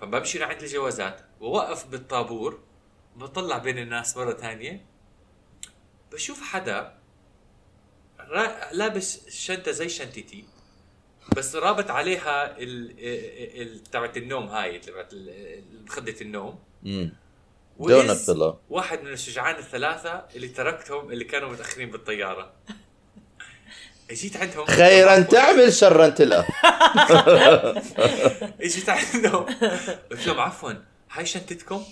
Speaker 5: فبمشي لعند الجوازات ووقف بالطابور بطلع بين الناس مره ثانيه بشوف حدا را- لابس شنطه زي شنطتي بس رابط عليها ال- ال- ال- تبعت النوم هاي تبعت ال- ال- مخده النوم
Speaker 3: دونت
Speaker 5: وإز-
Speaker 3: فيلا
Speaker 5: واحد من الشجعان الثلاثة اللي تركتهم اللي كانوا متأخرين بالطيارة اجيت عندهم
Speaker 3: خيرا تعمل شرا تلقى
Speaker 5: [LAUGHS] اجيت عندهم قلت لهم عفوا هاي شنطتكم؟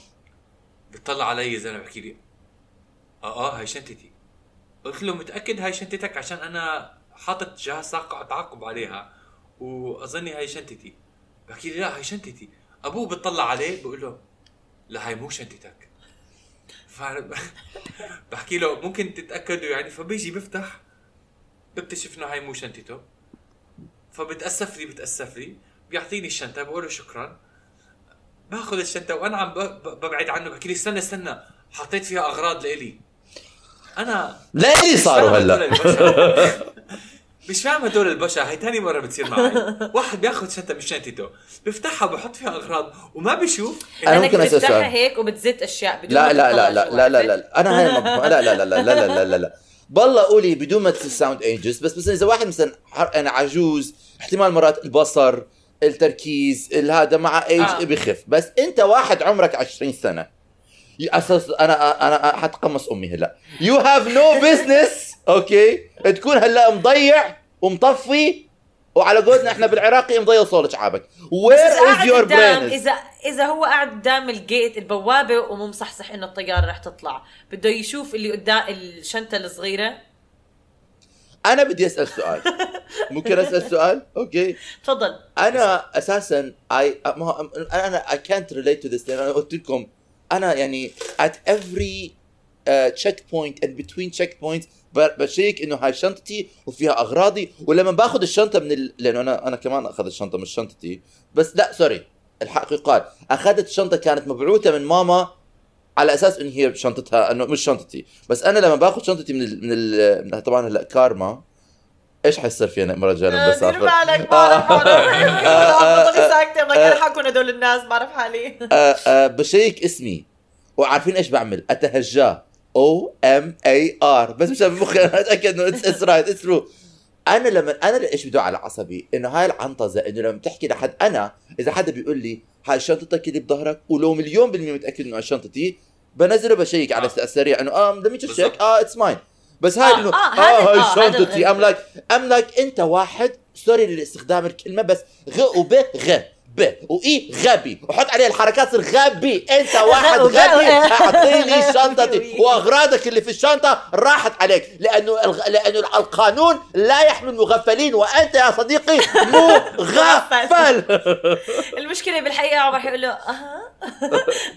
Speaker 5: بتطلع علي زلمة بحكي لي اه اه هاي شنطتي قلت له متأكد هاي شنطتك عشان انا حاطط جهاز تعق- تعقب عليها واظني هاي شنطتي بحكي لي لا هاي شنطتي ابوه بتطلع عليه بقول له لا هاي مو شنطتك فأنا ب- [LAUGHS] بحكي له ممكن تتاكدوا يعني فبيجي بفتح بكتشف انه هاي مو شنطته ف- فبتاسف لي بتاسف لي بيعطيني الشنطه بقول له شكرا باخذ الشنطه وانا عم ب- ب- ببعد عنه بحكي لي استنى استنى حطيت فيها اغراض لإلي انا
Speaker 3: ليه صاروا
Speaker 5: مش فاهم هدول
Speaker 3: هلا
Speaker 5: البشر. [LAUGHS] مش فاهم هدول البشا هي تاني مرة بتصير معي واحد بياخذ شنطة مش شنطته بيفتحها وبحط فيها أغراض وما بيشوف
Speaker 3: أنا
Speaker 5: إنه-
Speaker 2: لانك
Speaker 3: ممكن أسأل سؤال.
Speaker 2: بتفتحها هيك وبتزت اشياء بدون
Speaker 3: لا
Speaker 2: ما
Speaker 3: لا
Speaker 2: تطلع
Speaker 3: لا لا
Speaker 2: شو
Speaker 3: لا لا
Speaker 2: عرفت؟
Speaker 3: لا انا هاي ما لا لا لا لا لا لا لا لا بالله قولي بدون ما تساوند ايجز بس مثلا اذا واحد مثلا حر- انا عجوز احتمال مرات البصر التركيز هذا مع ايج
Speaker 2: آه.
Speaker 3: آه. بخف بس انت واحد عمرك 20 سنه يا اساس انا انا حتقمص امي هلا يو هاف نو بزنس اوكي تكون هلا مضيع ومطفي وعلى قولنا احنا بالعراقي مضيع صوت
Speaker 2: بس
Speaker 3: شعابك وير
Speaker 2: إذا
Speaker 3: از
Speaker 2: قاعد
Speaker 3: يور
Speaker 2: قدام-
Speaker 3: برين
Speaker 2: اذا اذا هو قاعد قدام الجيت البوابه ومو مصحصح انه الطياره رح تطلع بده يشوف اللي قدام الشنطه الصغيره
Speaker 3: انا بدي اسال سؤال ممكن اسال سؤال اوكي
Speaker 2: تفضل
Speaker 3: انا اساسا اي ما هو- انا اي كانت ريليت تو ذس انا قلت لكم انا يعني آه، ات افري تشيك بوينت اند بتوين تشيك بوينت بشيك انه هاي شنطتي وفيها اغراضي ولما باخذ الشنطه من ال... لانه انا انا كمان اخذت الشنطه مش شنطتي بس لا سوري الحق يقال اخذت شنطه كانت مبعوثه من ماما على اساس انه هي شنطتها انه مش شنطتي بس انا لما باخذ شنطتي من ال... من, ال... من طبعا هلا كارما ايش حيصير فينا المره الجايه لما
Speaker 2: آه، دير
Speaker 3: بسافر
Speaker 2: بالك بعرف
Speaker 3: [LAUGHS] آه،
Speaker 2: حالي
Speaker 3: آه،
Speaker 2: طبي ساكتة بدك الحقهم هدول الناس بعرف حالي [LAUGHS]
Speaker 3: آه، آه، بشيك اسمي وعارفين ايش بعمل اتهجاه او ام اي ار بس مش بمخي انا اتاكد انه اتس رايت اتس ترو انا لما انا ايش بدو على عصبي انه هاي العنطزه انه لما بتحكي لحد انا اذا حدا بيقول لي هاي شنطتك اللي بظهرك ولو مليون بالميه متاكد انه هاي شنطتي بنزله بشيك على السريع انه اه لم تشيك
Speaker 5: بالضبط.
Speaker 3: اه اتس ماين بس هاي
Speaker 2: آه،
Speaker 3: انه
Speaker 2: آه، هذا-
Speaker 3: اه
Speaker 2: آه، هذا
Speaker 3: هاي شنطتي
Speaker 2: الغريب.
Speaker 3: ام لايك ام لايك انت واحد سوري لاستخدام الكلمه بس غ وب غ ب واي غبي وحط عليه الحركات صير غبي
Speaker 2: [LAUGHS]
Speaker 3: انت واحد
Speaker 2: وب-
Speaker 3: غبي
Speaker 2: وب-
Speaker 3: اعطيني
Speaker 2: [LAUGHS]
Speaker 3: شنطتي
Speaker 2: وي.
Speaker 3: واغراضك اللي في الشنطه راحت عليك لانه الغ... لانه القانون لا يحمي المغفلين وانت يا صديقي
Speaker 2: [LAUGHS]
Speaker 3: مغفل
Speaker 2: المشكلة بالحقيقة عمر حيقول له اها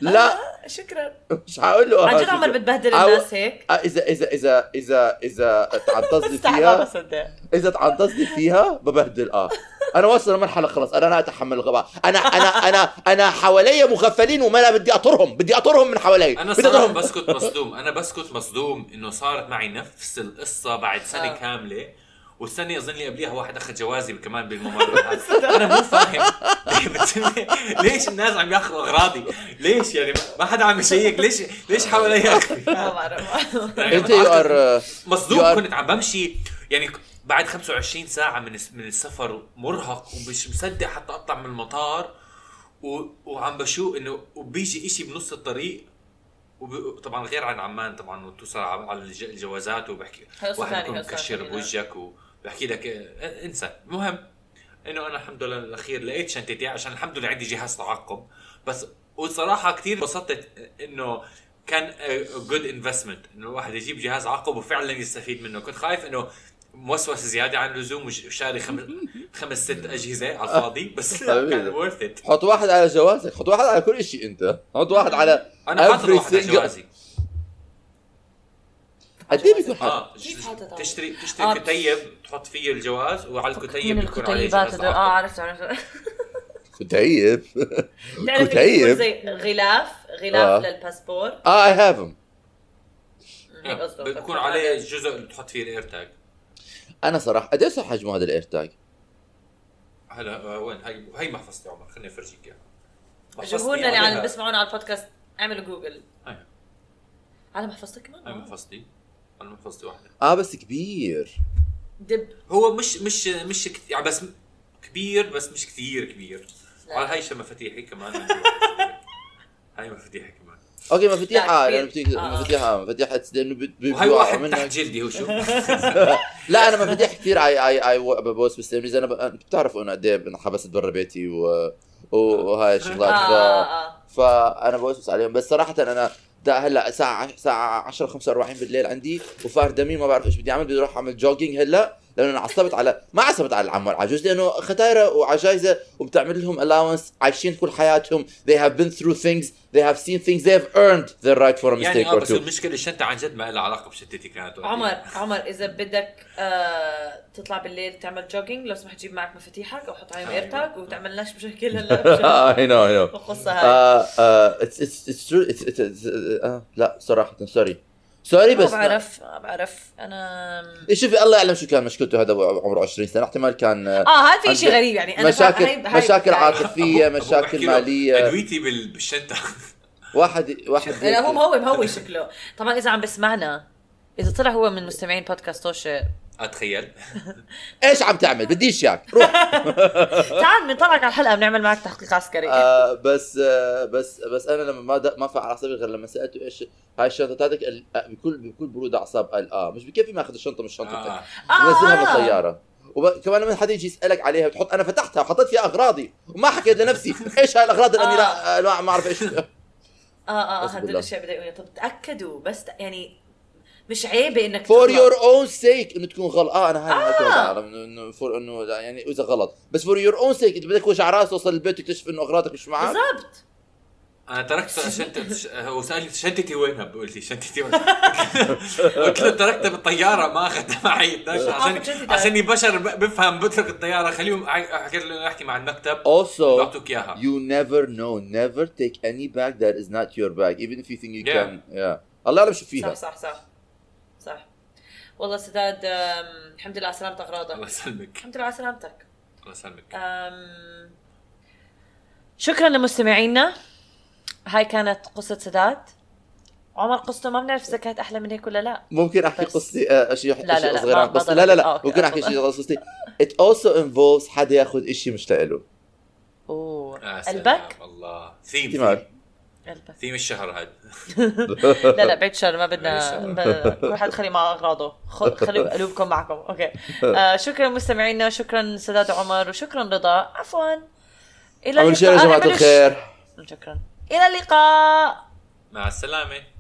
Speaker 3: لا آه،
Speaker 2: شكرا
Speaker 3: مش هقول له
Speaker 2: عن جد عمر بتبهدل الناس هيك
Speaker 3: اذا اذا اذا اذا اذا تعطزني
Speaker 2: استحي ما
Speaker 3: فيها
Speaker 2: بصدق
Speaker 3: اذا تعطزني فيها ببهدل اه انا واصل لمرحله خلاص انا لا اتحمل الغباء انا انا انا انا حواليا مغفلين وما أنا بدي اطرهم بدي اطرهم من حوالي
Speaker 5: أنا
Speaker 3: بدي
Speaker 5: صراحة
Speaker 3: اطرهم
Speaker 5: بسكت مصدوم أنا بسكت مصدوم إنه صارت معي نفس القصة بعد سنة
Speaker 2: آه.
Speaker 5: كاملة والسنة أظن لي قبليها واحد أخذ جوازي كمان بالممر أنا مو فاهم [LAUGHS] ليه بتسمي- ليش الناس عم ياخذوا أغراضي؟ ليش يعني ما- ما حدا عم يشيك ليش ليش حوالي أخذي؟
Speaker 2: ما
Speaker 5: [LAUGHS]
Speaker 2: بعرف
Speaker 5: يعني
Speaker 3: انت يو ار You
Speaker 5: مصدوم
Speaker 3: are-
Speaker 5: كنت عم بمشي يعني ك- بعد 25 ساعة من الس- من السفر مرهق ومش مصدق حتى اطلع من المطار و... وعم بشوف انه وبيجي اشي بنص الطريق وب... طبعا غير عن عمان طبعا وتوصل على على الج... الجوازات وبحكي
Speaker 2: هاي قصة
Speaker 5: واحد
Speaker 2: تانية،
Speaker 5: بيكون
Speaker 2: قصة
Speaker 5: مكشر
Speaker 2: تانية.
Speaker 5: بوجهك وبحكي لك إيه، انسى المهم انه انا الحمد لله الاخير لقيت شنطتي يعني عشان الحمد لله عندي جهاز تعقب بس وصراحه كثير انبسطت انه كان جود انفستمنت انه الواحد يجيب جهاز عقب وفعلا يستفيد منه كنت خايف انه موسوس زياده عن اللزوم وش- وشاري خمس خمس ست اجهزه على الفاضي بس لا، كان ورث ات
Speaker 3: حط واحد على جوازك حط واحد على كل شيء انت حط واحد على
Speaker 5: انا حاطط
Speaker 3: Every
Speaker 5: واحد على
Speaker 3: single-
Speaker 5: جوازي
Speaker 3: قد ايه بيكون حط
Speaker 5: اه
Speaker 2: كيف حاطط
Speaker 5: تشتري
Speaker 2: آه.
Speaker 5: تشتري كتيب تحط فيه الجواز وعلى الكتيب
Speaker 2: من
Speaker 5: بيكون عليه
Speaker 2: الكتيبات
Speaker 5: جهاز
Speaker 2: هدول اه
Speaker 5: عقب
Speaker 2: عرفت عرفت
Speaker 5: آه.
Speaker 3: [LAUGHS] كتيب
Speaker 2: بنعرف إنه
Speaker 3: كتيب.
Speaker 2: بيكون زي غلاف
Speaker 3: آه.
Speaker 2: غلاف للباسبور
Speaker 3: اه اي هاف
Speaker 2: هيك قصده
Speaker 5: بيكون نعم. عليه جزء اللي بتحط فيه الاير تاج
Speaker 3: انا صراحه قد ايه صار حجمه هذا الاير تاج؟
Speaker 5: هلا آه، وين هي هي محفظتي عمر خليني افرجيك اياها محفظتي
Speaker 2: جمهورنا اللي عم
Speaker 5: عليها.
Speaker 2: بيسمعونا على البودكاست اعملوا جوجل
Speaker 5: هاي
Speaker 2: على محفظتك كمان
Speaker 5: هاي
Speaker 2: آه.
Speaker 5: محفظتي انا محفظتي واحده
Speaker 3: اه بس كبير
Speaker 2: دب
Speaker 5: هو مش مش مش كت... يعني بس م- كبير بس مش كثير كبير
Speaker 2: لا.
Speaker 5: وعلى هاي شو مفاتيحي كمان هاي مفاتيحي كمان
Speaker 3: اوكي مفاتيح
Speaker 2: لا،
Speaker 3: اه
Speaker 2: كبير.
Speaker 3: لأنه بتيجي-
Speaker 2: آه.
Speaker 3: مفاتيح اه مفاتيح هتس- لانه بت- بي-
Speaker 5: وهي
Speaker 3: بيوقعوا
Speaker 5: واحد
Speaker 3: منك.
Speaker 5: تحت جلدي هو
Speaker 3: [LAUGHS]
Speaker 5: شو
Speaker 3: لا انا مفاتيح كثير اي اي اي و- بوس بالسيريز انا ب- أنا- بتعرفوا انا قد ايه انحبست برا بيتي و... و- وهاي الشغلات
Speaker 2: آه،
Speaker 3: ف...
Speaker 2: آه، آه.
Speaker 3: فانا بوسوس عليهم بس صراحه انا دا هلا ساعة ساعة 10 45 بالليل عندي وفار دمي ما بعرف ايش بدي اعمل بدي اروح اعمل جوجينج هلا لانه انا عصبت على ما عصبت على العمار عجوز لانه ختايره وعجايزه وبتعمل لهم الاونس عايشين كل حياتهم they have been through things they have seen things they have earned their right for a mistake
Speaker 5: يعني اه
Speaker 3: or [LAUGHS]
Speaker 5: بس
Speaker 3: two
Speaker 5: المشكله الشنطه عن جد ما لها علاقه بشنطتي كانت وقتها.
Speaker 2: عمر عمر اذا بدك آه تطلع بالليل تعمل جوجينج لو سمحت جيب معك مفاتيحك او حط عليهم
Speaker 5: أيوة.
Speaker 2: ايرتاج وتعمل لناش
Speaker 3: [LAUGHS]
Speaker 2: مشاكل هلا
Speaker 3: I know I know
Speaker 2: القصه هاي
Speaker 3: آه آه it's it's it's true it's it's, it's آه لا صراحة سوري
Speaker 2: ما
Speaker 3: سوري طيب، بس
Speaker 2: بعرف ما بعرف انا
Speaker 3: شوفي الله يعلم شو كان مشكلته هذا عمره 20 سنة احتمال كان آه،
Speaker 2: اه هذا في شيء
Speaker 3: عندي
Speaker 2: غريب يعني انا
Speaker 3: مشاكل
Speaker 2: هاي- هاي-
Speaker 3: مشاكل
Speaker 2: هاي-
Speaker 5: [LAUGHS]
Speaker 3: عاطفية
Speaker 5: أبوه بحكي
Speaker 3: مشاكل
Speaker 5: له،
Speaker 3: مالية
Speaker 5: ادويتي بال- [LAUGHS] بالشنطه
Speaker 3: واحد
Speaker 2: [LAUGHS]
Speaker 3: واحد
Speaker 2: لا هو مهوي مهوي شكله طبعا اذا عم بسمعنا اذا طلع هو من مستمعين بودكاست توشه
Speaker 5: اتخيل
Speaker 3: ايش عم تعمل بديش اياك روح
Speaker 2: تعال بنطلعك على الحلقه بنعمل معك تحقيق عسكري
Speaker 3: آه بس آه بس بس انا لما ما د- ما فعل اعصابي غير لما سالته ايش هاي الشنطه تاعتك قال- آه، بكل بكل برود اعصاب قال اه مش كيف ما اخذ الشنطه من شنطتك
Speaker 5: آه.
Speaker 3: ونزلها من
Speaker 2: آه.
Speaker 3: الطياره وكمان لما حد يجي يسالك عليها بتحط انا فتحتها وحطيت فيها اغراضي وما حكيت لنفسي [LAUGHS] ايش هاي الاغراض اللي أنا لا آه، لا ما اعرف [LAUGHS] ايش
Speaker 2: اه اه
Speaker 3: أعوذ
Speaker 2: هذا
Speaker 3: بالله.
Speaker 2: الاشياء بدأ طب تاكدوا بس ت- يعني مش عيبه انك
Speaker 3: فور
Speaker 2: تغلط.
Speaker 3: يور اون سيك انه تكون غلط اه انا هاي
Speaker 2: آه.
Speaker 3: آه. انه فور انه لا، يعني اذا غلط بس فور يور اون سيك انت بدك وجع راس توصل البيت وتكتشف انه اغراضك مش معك
Speaker 2: بالضبط
Speaker 5: انا تركت شنطه ش- هو سالني شنطتي وينها قلت لي شنطتي وين [LAUGHS] قلت له تركتها بالطياره ما اخذتها معي عشان
Speaker 2: شنطتي.
Speaker 5: عشان بشر ب- بفهم بترك الطياره خليهم ع- حكيت له احكي مع المكتب
Speaker 3: Also,
Speaker 5: بعطوك اياها
Speaker 3: you never know. Never take any bag that is not your bag, even if you think you
Speaker 5: Yeah.
Speaker 3: can. Yeah. الله يعلم شو
Speaker 2: صح
Speaker 3: فيها.
Speaker 2: صح صح صح والله سداد آم، الحمد لله على سلامتك
Speaker 5: الله
Speaker 2: غراضك
Speaker 5: يسلمك
Speaker 2: الحمد لله على سلامتك
Speaker 5: الله يسلمك
Speaker 2: آم، شكرا لمستمعينا هاي كانت قصة سداد عمر قصته ما بنعرف اذا كانت احلى من هيك ولا لا
Speaker 3: ممكن احكي
Speaker 2: بس.
Speaker 3: قصتي آه، اشي
Speaker 2: لا،
Speaker 3: أشي
Speaker 2: لا،
Speaker 3: صغيره
Speaker 2: ما-
Speaker 3: عن
Speaker 2: ما
Speaker 3: قصتي لا لا
Speaker 2: ضروري. آه،
Speaker 3: لا
Speaker 2: أوكي،
Speaker 3: ممكن احكي
Speaker 2: تفضل.
Speaker 3: شيء عن قصتي it also involves حدا ياخذ اشي مش تاله
Speaker 2: اوه
Speaker 5: آه، سلام.
Speaker 2: قلبك
Speaker 5: الله ثيم
Speaker 3: احتمال.
Speaker 2: قلبك
Speaker 5: ثيم الشهر هذا
Speaker 2: لا
Speaker 3: [LAUGHS]
Speaker 2: لا بعيد شر ما بدنا
Speaker 5: بعيد
Speaker 2: ب- كل حد خلي مع اغراضه
Speaker 3: [LAUGHS]
Speaker 2: خ- خلوا قلوبكم معكم اوكي آه شكرا مستمعينا شكرا سداد عمر وشكرا رضا عفوا الى
Speaker 3: عمل شيء يا
Speaker 2: اللقاء.
Speaker 3: جماعه
Speaker 2: أعملوا ش-
Speaker 3: الخير
Speaker 2: شكرا الى اللقاء
Speaker 5: مع السلامه